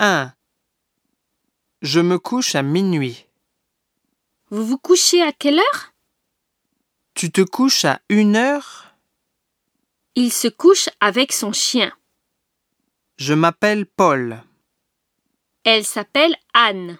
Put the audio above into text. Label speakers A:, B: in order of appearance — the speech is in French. A: 1. Je me couche à minuit.
B: Vous vous couchez à quelle heure
A: Tu te couches à une heure
B: Il se couche avec son chien.
A: Je m'appelle Paul.
B: Elle s'appelle Anne.